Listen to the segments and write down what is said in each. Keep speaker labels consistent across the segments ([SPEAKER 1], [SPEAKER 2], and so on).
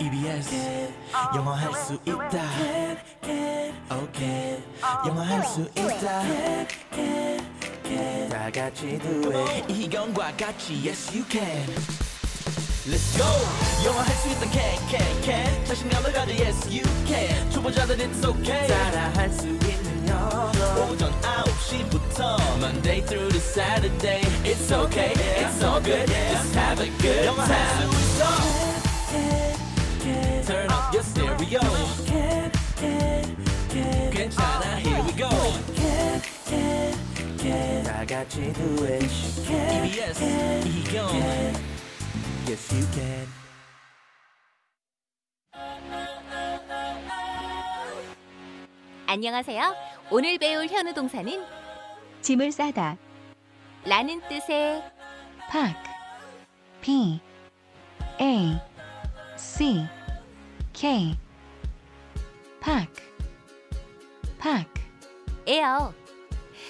[SPEAKER 1] EBS 영어 할 수 있다 오케이 영어 할 수 있다 다 같이 do it 이희경과 같이 yes you can Let's go 영어 할 수 있다 can can can 자신감을 가져 yes you can 초보자들 it's okay 따라 할 수 있는 영어 오전 9시부터 Monday through to Saturday It's okay it's all good just have a good time 영어 할수 있어 Turn up your stereo. 괜찮아, here we go. 다 같이 do it. EBS, 이경. Yes, you can.
[SPEAKER 2] 안녕하세요. 오늘 배울 현우 동사는
[SPEAKER 3] 짐을 싸다.
[SPEAKER 2] 라는 뜻의
[SPEAKER 3] pack. P A C K pack. pack.
[SPEAKER 2] 에요.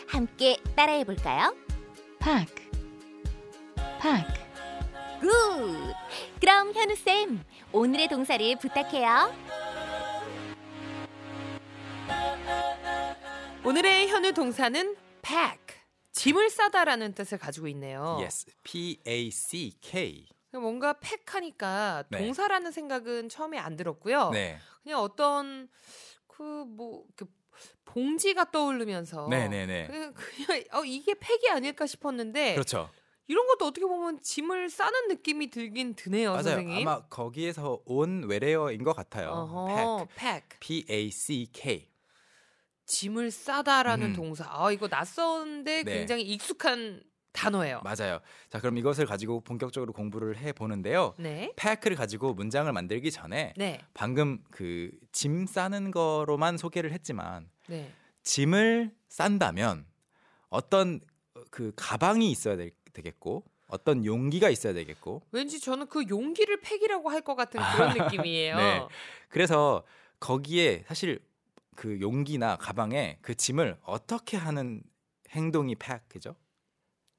[SPEAKER 2] 함께 따라해 볼까요?
[SPEAKER 3] pack. pack.
[SPEAKER 2] 굿! 그럼 현우쌤, 오늘의 동사를 부탁해요.
[SPEAKER 4] 오늘의 현우 동사는 pack, 짐을 싸다라는 뜻을 가지고 있네요.
[SPEAKER 5] Yes, P A C K.
[SPEAKER 4] 뭔가 pack 하니까
[SPEAKER 5] 네.
[SPEAKER 4] 동사라는 생각은 처음에 안 들었고요.
[SPEAKER 5] 네,
[SPEAKER 4] 그냥 어떤 그 뭐 그 봉지가 떠오르면서
[SPEAKER 5] 네, 네, 네.
[SPEAKER 4] 어. 그냥, 그냥 어, 이게 팩이 아닐까 싶었는데
[SPEAKER 5] 그렇죠.
[SPEAKER 4] 이런 것도 어떻게 보면 짐을 싸는 느낌이 들긴 드네요,
[SPEAKER 5] 맞아요.
[SPEAKER 4] 어, 선생님.
[SPEAKER 5] 아마 거기에서 온 외래어인 것 같아요.
[SPEAKER 4] 어허,
[SPEAKER 5] pack.
[SPEAKER 4] pack.
[SPEAKER 5] P A C K.
[SPEAKER 4] 짐을 싸다라는
[SPEAKER 5] 음.
[SPEAKER 4] 동사. 아, 이거 낯선데
[SPEAKER 5] 네.
[SPEAKER 4] 굉장히 익숙한 단어예요.
[SPEAKER 5] 맞아요. 자, 그럼 이것을 가지고 본격적으로 공부를 해 보는데요.
[SPEAKER 4] 네.
[SPEAKER 5] pack를 가지고 문장을 만들기 전에
[SPEAKER 4] 네.
[SPEAKER 5] 방금 그 짐 싸는 거로만 소개를 했지만
[SPEAKER 4] 네.
[SPEAKER 5] 짐을 싼다면 어떤 그 가방이 있어야 될- 되겠고 어떤 용기가 있어야 되겠고
[SPEAKER 4] 왠지 저는 그 용기를 팩이라고 할 것 같은 그런 느낌이에요.
[SPEAKER 5] 아, 네. 그래서 거기에 사실 그 용기나 가방에 그 짐을 어떻게 하는 행동이 팩이죠?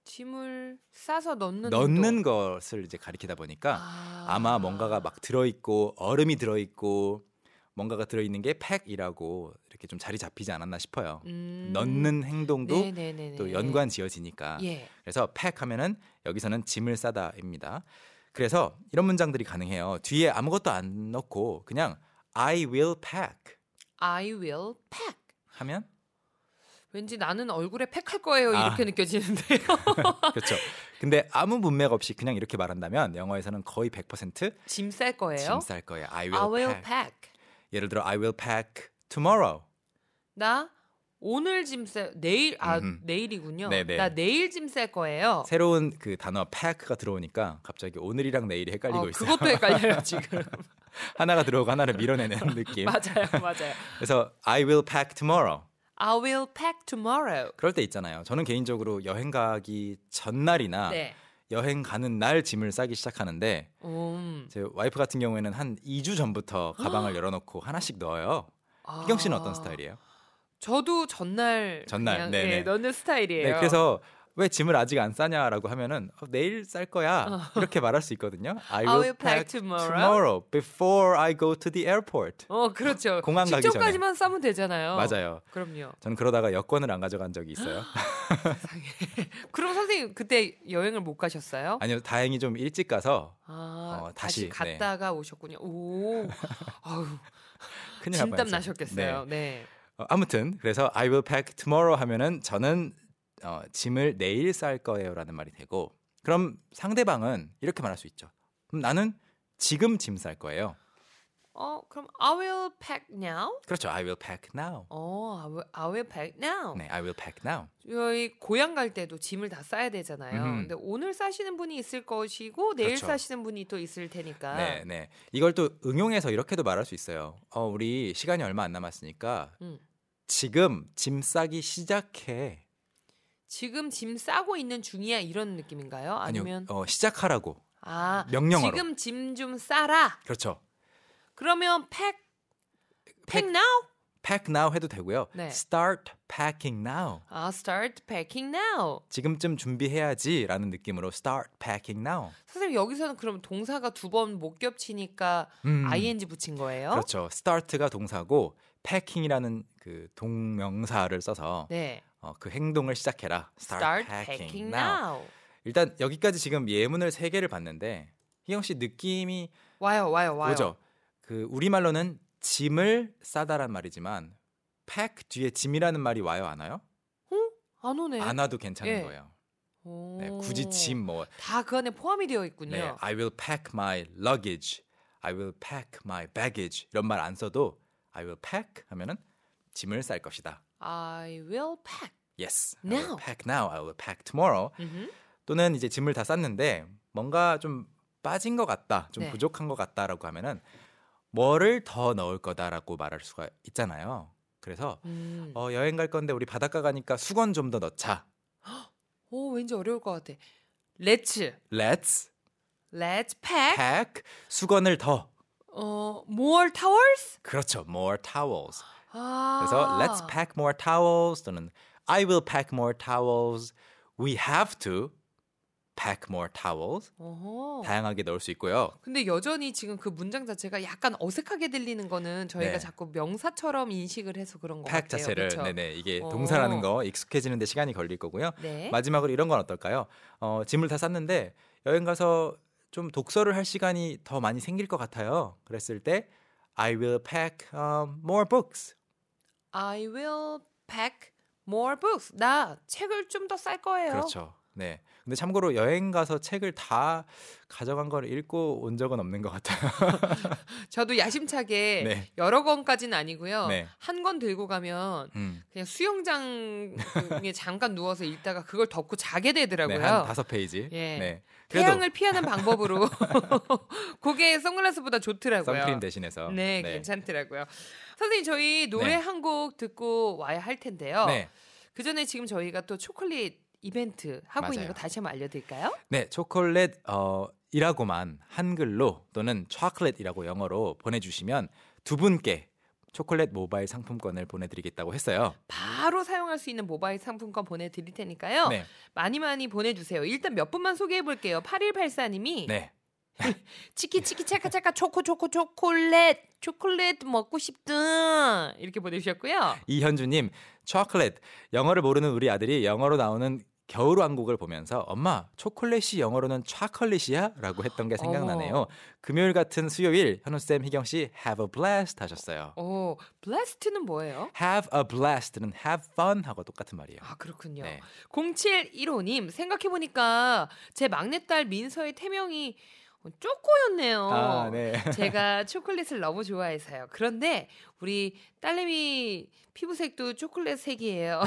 [SPEAKER 4] 짐을 싸서 넣는
[SPEAKER 5] 넣는
[SPEAKER 4] 행동.
[SPEAKER 5] 것을 이제 가리키다 보니까
[SPEAKER 4] 아.
[SPEAKER 5] 아마 뭔가가 막 들어 있고 얼음이 들어 있고 뭔가가 들어 있는 게 팩이라고 이렇게 좀 자리 잡히지 않았나 싶어요.
[SPEAKER 4] 음.
[SPEAKER 5] 넣는 행동도
[SPEAKER 4] 네네네네.
[SPEAKER 5] 또 연관 지어지니까.
[SPEAKER 4] 예.
[SPEAKER 5] 그래서 팩 하면은 여기서는 짐을 싸다입니다. 그래서 이런 문장들이 가능해요. 뒤에 아무것도 안 넣고 그냥 I will pack
[SPEAKER 4] I will pack.
[SPEAKER 5] 하면
[SPEAKER 4] 왠지 나는 얼굴에 팩할 거예요.
[SPEAKER 5] 아.
[SPEAKER 4] 이렇게 느껴지는데요.
[SPEAKER 5] 그렇죠. 근데 아무 문맥 없이 그냥 이렇게 말한다면 영어에서는 거의 100%
[SPEAKER 4] 짐 쌀 거예요. 아,
[SPEAKER 5] 짐쌀 거예요. I will,
[SPEAKER 4] I will
[SPEAKER 5] pack.
[SPEAKER 4] pack.
[SPEAKER 5] 예를 들어 I will pack tomorrow.
[SPEAKER 4] 나 오늘 짐 싸. 내일 아
[SPEAKER 5] 음흠.
[SPEAKER 4] 내일이군요.
[SPEAKER 5] 네네.
[SPEAKER 4] 나 내일 짐 쌀 거예요.
[SPEAKER 5] 새로운 그 단어 pack가 들어오니까 갑자기 오늘이랑 내일이 헷갈리고
[SPEAKER 4] 어,
[SPEAKER 5] 있어요.
[SPEAKER 4] 그것도 헷갈려요 지금.
[SPEAKER 5] 하나가 들어오고 하나를 밀어내는 느낌.
[SPEAKER 4] 맞아요, 맞아요.
[SPEAKER 5] 그래서 I will pack tomorrow.
[SPEAKER 4] I will pack tomorrow.
[SPEAKER 5] 그럴 때 있잖아요. 저는 개인적으로 여행 가기 전날이나
[SPEAKER 4] 네.
[SPEAKER 5] 여행 가는 날 짐을 싸기 시작하는데
[SPEAKER 4] 음.
[SPEAKER 5] 제 와이프 같은 경우에는 한 2주 전부터 가방을 열어놓고 하나씩 넣어요.
[SPEAKER 4] 아.
[SPEAKER 5] 희경 씨는 어떤 스타일이에요?
[SPEAKER 4] 저도 전날
[SPEAKER 5] 전날,
[SPEAKER 4] 그냥,
[SPEAKER 5] 네네.
[SPEAKER 4] 예, 넣는 스타일이에요.
[SPEAKER 5] 네, 그래서 왜 짐을 아직 안 싸냐라고 하면은 어, 내일 쌀 거야
[SPEAKER 4] 어.
[SPEAKER 5] 이렇게 말할 수 있거든요. I will, pack, tomorrow. before I go to the airport.
[SPEAKER 4] 어 그렇죠.
[SPEAKER 5] 공항 가기 전에.
[SPEAKER 4] 직전까지만 싸면 되잖아요.
[SPEAKER 5] 맞아요.
[SPEAKER 4] 그럼요.
[SPEAKER 5] 저는 그러다가 여권을 안 가져간 적이 있어요.
[SPEAKER 4] 그럼 선생님 그때 여행을 못 가셨어요?
[SPEAKER 5] 아니요, 다행히 좀 일찍 가서
[SPEAKER 4] 아,
[SPEAKER 5] 어,
[SPEAKER 4] 다시,
[SPEAKER 5] 다시, 네.
[SPEAKER 4] 갔다가 오셨군요. 오, 아유,
[SPEAKER 5] 큰일 날
[SPEAKER 4] 진땀
[SPEAKER 5] 뻔했어요.
[SPEAKER 4] 나셨겠어요.
[SPEAKER 5] 네.
[SPEAKER 4] 네.
[SPEAKER 5] 어, 아무튼 그래서 I will pack tomorrow 하면은 저는 어, 짐을 내일 쌀 거예요라는 말이 되고 그럼 상대방은 이렇게 말할 수 있죠. 그럼 나는 지금 짐 쌀 거예요.
[SPEAKER 4] 어, 그럼 I will pack now.
[SPEAKER 5] 그렇죠. I will pack now.
[SPEAKER 4] 어, I will, I will pack now.
[SPEAKER 5] 네, I will pack now.
[SPEAKER 4] 저희 고향 갈 때도 짐을 다 싸야 되잖아요.
[SPEAKER 5] 음.
[SPEAKER 4] 근데 오늘 싸시는 분이 있을 것이고 내일
[SPEAKER 5] 그렇죠.
[SPEAKER 4] 싸시는 분이 또 있을 테니까.
[SPEAKER 5] 네, 네. 이걸 또 응용해서 이렇게도 말할 수 있어요. 어, 우리 시간이 얼마 안 남았으니까
[SPEAKER 4] 음.
[SPEAKER 5] 지금 짐 싸기 시작해.
[SPEAKER 4] 지금 짐 싸고 있는 중이야 이런 느낌인가요?
[SPEAKER 5] 아니요,
[SPEAKER 4] 아니면
[SPEAKER 5] 어, 시작하라고.
[SPEAKER 4] 아
[SPEAKER 5] 명령어로.
[SPEAKER 4] 지금 짐 좀 싸라.
[SPEAKER 5] 그렇죠.
[SPEAKER 4] 그러면 팩, 팩
[SPEAKER 5] 팩.
[SPEAKER 4] now?
[SPEAKER 5] pack now 해도 되고요.
[SPEAKER 4] 네.
[SPEAKER 5] start packing now.
[SPEAKER 4] I'll start packing now.
[SPEAKER 5] 지금쯤 준비해야지라는 느낌으로 start packing now.
[SPEAKER 4] 선생님 여기서는 그럼 동사가 두 번 못 겹치니까
[SPEAKER 5] 음.
[SPEAKER 4] ing 붙인 거예요?
[SPEAKER 5] 그렇죠. start가 동사고 packing이라는 그 동명사를 써서
[SPEAKER 4] 네.
[SPEAKER 5] 어, 그 행동을 시작해라.
[SPEAKER 4] Start, packing, now.
[SPEAKER 5] 일단 여기까지 지금 예문을 세 개를 봤는데 희영 씨 느낌이
[SPEAKER 4] 와요, 와요, 와요.
[SPEAKER 5] 뭐죠? 그 우리말로는 짐을 싸다란 말이지만 pack 뒤에 짐이라는 말이 와요 안 와요?
[SPEAKER 4] 안 오네.
[SPEAKER 5] 안 와도 괜찮은
[SPEAKER 4] 예.
[SPEAKER 5] 거예요. 네, 굳이 짐 뭐
[SPEAKER 4] 다그 안에 포함이 되어 있군요.
[SPEAKER 5] 네, I will pack my luggage. I will pack my baggage. 이런 말 안 써도 I will pack 하면은 짐을 쌀 것이다.
[SPEAKER 4] I will pack.
[SPEAKER 5] Yes. I
[SPEAKER 4] Now.
[SPEAKER 5] will pack now. I will pack tomorrow.
[SPEAKER 4] 음흠.
[SPEAKER 5] 또는 이제 짐을 다 쌌는데 뭔가 좀 빠진 것 같다, 좀
[SPEAKER 4] 네.
[SPEAKER 5] 부족한 것 같다라고 하면은 뭐를 더 넣을 거다라고 말할 수가 있잖아요. 그래서
[SPEAKER 4] 음.
[SPEAKER 5] 어, 여행 갈 건데 우리 바닷가 가니까 수건 좀 더 넣자.
[SPEAKER 4] 오, 왠지 어려울 것 같아. Let's
[SPEAKER 5] Let's
[SPEAKER 4] Let's pack.
[SPEAKER 5] pack 수건을 더.
[SPEAKER 4] 어, more towels?
[SPEAKER 5] 그렇죠. More towels.
[SPEAKER 4] 아.
[SPEAKER 5] 그래서 let's pack more towels 또는 I will pack more towels. We have to pack more towels.
[SPEAKER 4] 어허.
[SPEAKER 5] 다양하게 넣을 수 있고요.
[SPEAKER 4] 근데 여전히 지금 그 문장 자체가 약간 어색하게 들리는 거는 저희가
[SPEAKER 5] 네.
[SPEAKER 4] 자꾸 명사처럼 인식을 해서 그런 것
[SPEAKER 5] 팩
[SPEAKER 4] 어, 같아요.
[SPEAKER 5] 자체를
[SPEAKER 4] 그쵸?
[SPEAKER 5] 네네 이게
[SPEAKER 4] 어.
[SPEAKER 5] 동사라는 거 익숙해지는데 시간이 걸릴 거고요.
[SPEAKER 4] 네.
[SPEAKER 5] 마지막으로 이런 건 어떨까요? 어, 짐을 다 쌌는데 여행 가서 좀 독서를 할 시간이 더 많이 생길 것 같아요. 그랬을 때 I will pack um, more books.
[SPEAKER 4] I will pack more books. 나 책을 좀 더 쌀 거예요.
[SPEAKER 5] 그렇죠. 네. 근데 참고로 여행 가서 책을 다 가져간 걸 읽고 온 적은 없는 것 같아요.
[SPEAKER 4] 저도 야심차게
[SPEAKER 5] 네.
[SPEAKER 4] 여러 권까지는 아니고요.
[SPEAKER 5] 네.
[SPEAKER 4] 한 권 들고 가면
[SPEAKER 5] 음.
[SPEAKER 4] 그냥 수영장에 잠깐 누워서 읽다가 그걸 덮고 자게 되더라고요.
[SPEAKER 5] 네, 한 다섯 페이지.
[SPEAKER 4] 예.
[SPEAKER 5] 네. 그래도
[SPEAKER 4] 태양을 피하는 방법으로 그게 선글라스보다 좋더라고요.
[SPEAKER 5] 선크림 대신해서.
[SPEAKER 4] 네, 괜찮더라고요. 선생님 저희 노래
[SPEAKER 5] 네.
[SPEAKER 4] 한 곡 듣고 와야 할 텐데요.
[SPEAKER 5] 네.
[SPEAKER 4] 그 전에 지금 저희가 또 초콜릿 이벤트 하고 있는
[SPEAKER 5] 맞아요.
[SPEAKER 4] 거 다시 한번 알려드릴까요?
[SPEAKER 5] 네, 초콜릿 어, 이라고만 한글로 또는 초콜릿이라고 영어로 보내주시면 두 분께 초콜릿 모바일 상품권을 보내드리겠다고 했어요.
[SPEAKER 4] 바로 사용할 수 있는 모바일 상품권 보내드릴 테니까요.
[SPEAKER 5] 네,
[SPEAKER 4] 많이 많이 보내주세요. 일단 몇 분만 소개해 볼게요. 8184님이
[SPEAKER 5] 네,
[SPEAKER 4] 치키 치키 차카 차카 초코 초코 초콜릿 초콜릿 먹고 싶다 이렇게 보내주셨고요.
[SPEAKER 5] 이현주님 초콜릿 영어를 모르는 우리 아들이 영어로 나오는 겨울왕국을 보면서 엄마 초콜릿이 영어로는 초콜릿이야라고 했던 게 생각나네요.
[SPEAKER 4] 어머.
[SPEAKER 5] 금요일 같은 수요일 현우 쌤, 희경 씨 have a blast 하셨어요.
[SPEAKER 4] 오 블래스트는 뭐예요?
[SPEAKER 5] have a blast는 have fun 하고 똑같은 말이에요.
[SPEAKER 4] 아 그렇군요.
[SPEAKER 5] 네.
[SPEAKER 4] 0715님 생각해 보니까 제 막내딸 민서의 태명이 쪼꼬였네요.
[SPEAKER 5] 아, 네.
[SPEAKER 4] 제가 초콜릿을 너무 좋아해서요. 그런데 우리 딸내미 피부색도 초콜릿 색이에요.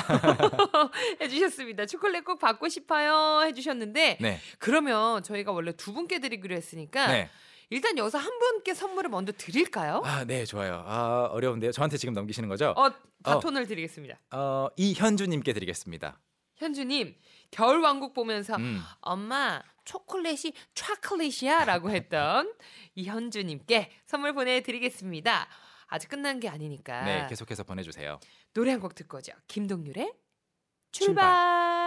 [SPEAKER 4] 해주셨습니다. 초콜릿 꼭 받고 싶어요. 해주셨는데
[SPEAKER 5] 네.
[SPEAKER 4] 그러면 저희가 원래 두 분께 드리기로 했으니까
[SPEAKER 5] 네.
[SPEAKER 4] 일단 여기서 한 분께 선물을 먼저 드릴까요?
[SPEAKER 5] 아, 네, 좋아요. 아, 어려운데요. 저한테 지금 넘기시는 거죠?
[SPEAKER 4] 어 바톤을 드리겠습니다.
[SPEAKER 5] 어, 이현주님께 드리겠습니다.
[SPEAKER 4] 현주님 겨울 왕국 보면서
[SPEAKER 5] 음.
[SPEAKER 4] 엄마 초콜릿이 초콜릿이야라고 했던 이현주님께 선물 보내드리겠습니다. 아직 끝난 게 아니니까
[SPEAKER 5] 네, 계속해서 보내주세요.
[SPEAKER 4] 노래 한 곡 듣고 오죠. 김동률의
[SPEAKER 5] 출발.
[SPEAKER 4] 출발.